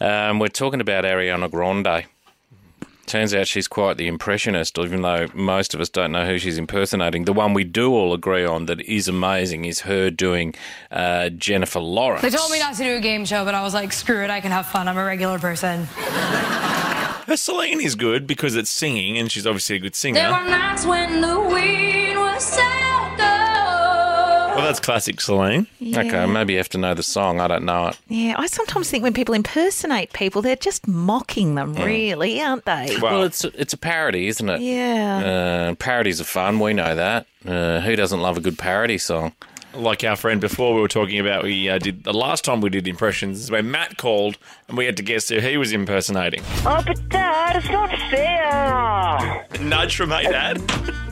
Um, we're talking about Ariana Grande. Turns out she's quite the impressionist, even though most of us don't know who she's impersonating. The one we do all agree on that is amazing is her doing uh, Jennifer Lawrence. They told me not to do a game show, but I was like, screw it, I can have fun. I'm a regular person. Her Celine is good because it's singing, and she's obviously a good singer. There were Well, nights when the wind was south that's classic Celine. Okay, maybe you have to know the song. I don't know it. Yeah, I sometimes think when people impersonate people, they're just mocking them, really, aren't they? Well, it's a, it's a parody, isn't it? Yeah. Uh, parodies are fun. We know that. Uh, who doesn't love a good parody song? Like our friend before, we were talking about we uh, did the last time we did impressions is when Matt called and we had to guess who he was impersonating. Oh, but Dad, it's not fair. Nudge from Hey Dad.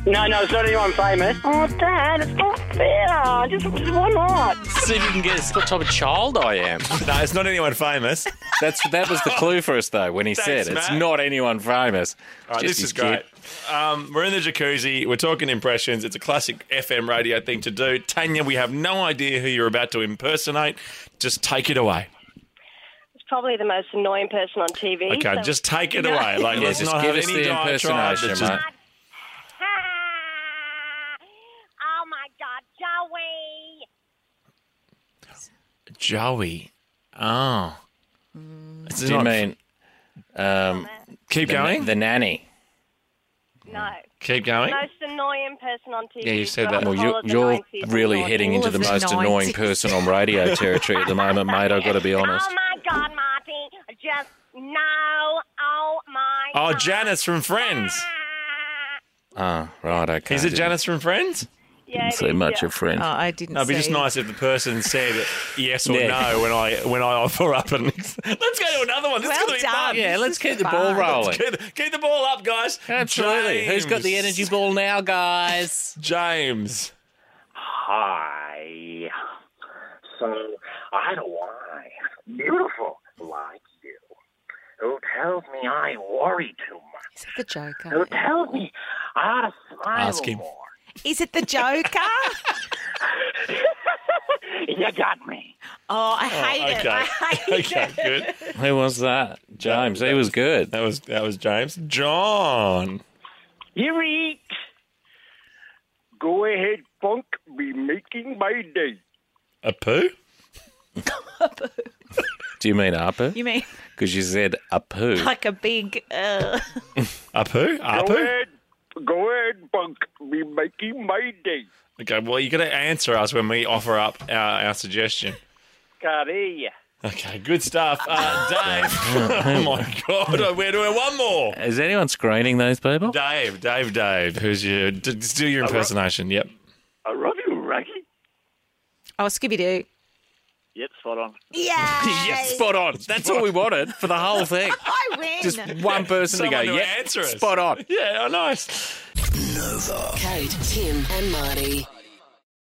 No, no, it's not anyone famous. Oh, Dad, it's not fair. Just, just why not? See if you can guess what type of child I am. no, it's not anyone famous. That's that was the clue for us though when he Thanks, said it's Matt. not anyone famous. All right, Just this you is great. Um, we're in the jacuzzi. We're talking impressions. It's a classic FM radio thing to do. Tanya, we have no idea who you're about to impersonate. Just take it away. It's probably the most annoying person on TV. Okay, so- just take it away. Like, Yeah, let's just not give have us any the diatribe. impersonation, That's mate. just- oh my god, Joey! Joey. Oh. It's Do you mean um, Keep the, going. the nanny? No. Keep going. Most annoying person on TV. Yeah, you said that. Well, you, All you're really heading All into of the the most annoying 90s. person on radio territory at the moment, mate. I've got to be honest. Oh my god, Marty! Just no! Oh my! Oh, God. Janice from Friends. Ah, right, okay. Is it Didn't- Janice from Friends? Yeah, Didn't it see is, much yeah. of friends. Oh, I didn't. No, it'd be just see. nice if the person said yes or Yeah. no when I when I offer up and let's go to another one. This is Well going to be done. fun. yeah, this let's is keep the fun. ball rolling. Keep, the- keep the ball up, guys. Absolutely. Who's got the James. energy ball now, guys? James. Hi. So, I had a wife, beautiful like you, who tells me I worry too much, Is it the Joker? who tells me I ought to smile Ask him. more. Is it the Joker? You got me. oh, I hate it. I Okay. hate Okay. it. Good. Who was that? James. He was good. That was that was James. John. You eat. Go ahead, Funk. Be making my day. A poo. Do you mean Apu? You mean Because you said Apu. like a big? Uh... A poo. A poo. Go ahead, Funk. Be making my day. Okay. Well, you got to answer us when we offer up our, our suggestion. Can't hear you. Okay. Good stuff. Uh, Dave. oh my God. We're doing one more. Is anyone screening those people? Dave. Dave. Dave. Who's your? d- Just do your impersonation. Yep. I love you, Rocky. Oh, Scooby Doo. Yep, spot on. Yeah. Spot on. That's all we wanted for the whole thing. I win. Just one person Someone to go, to yeah, answer us." spot on. Yeah. Oh, nice. Kate, Tim, and Marty.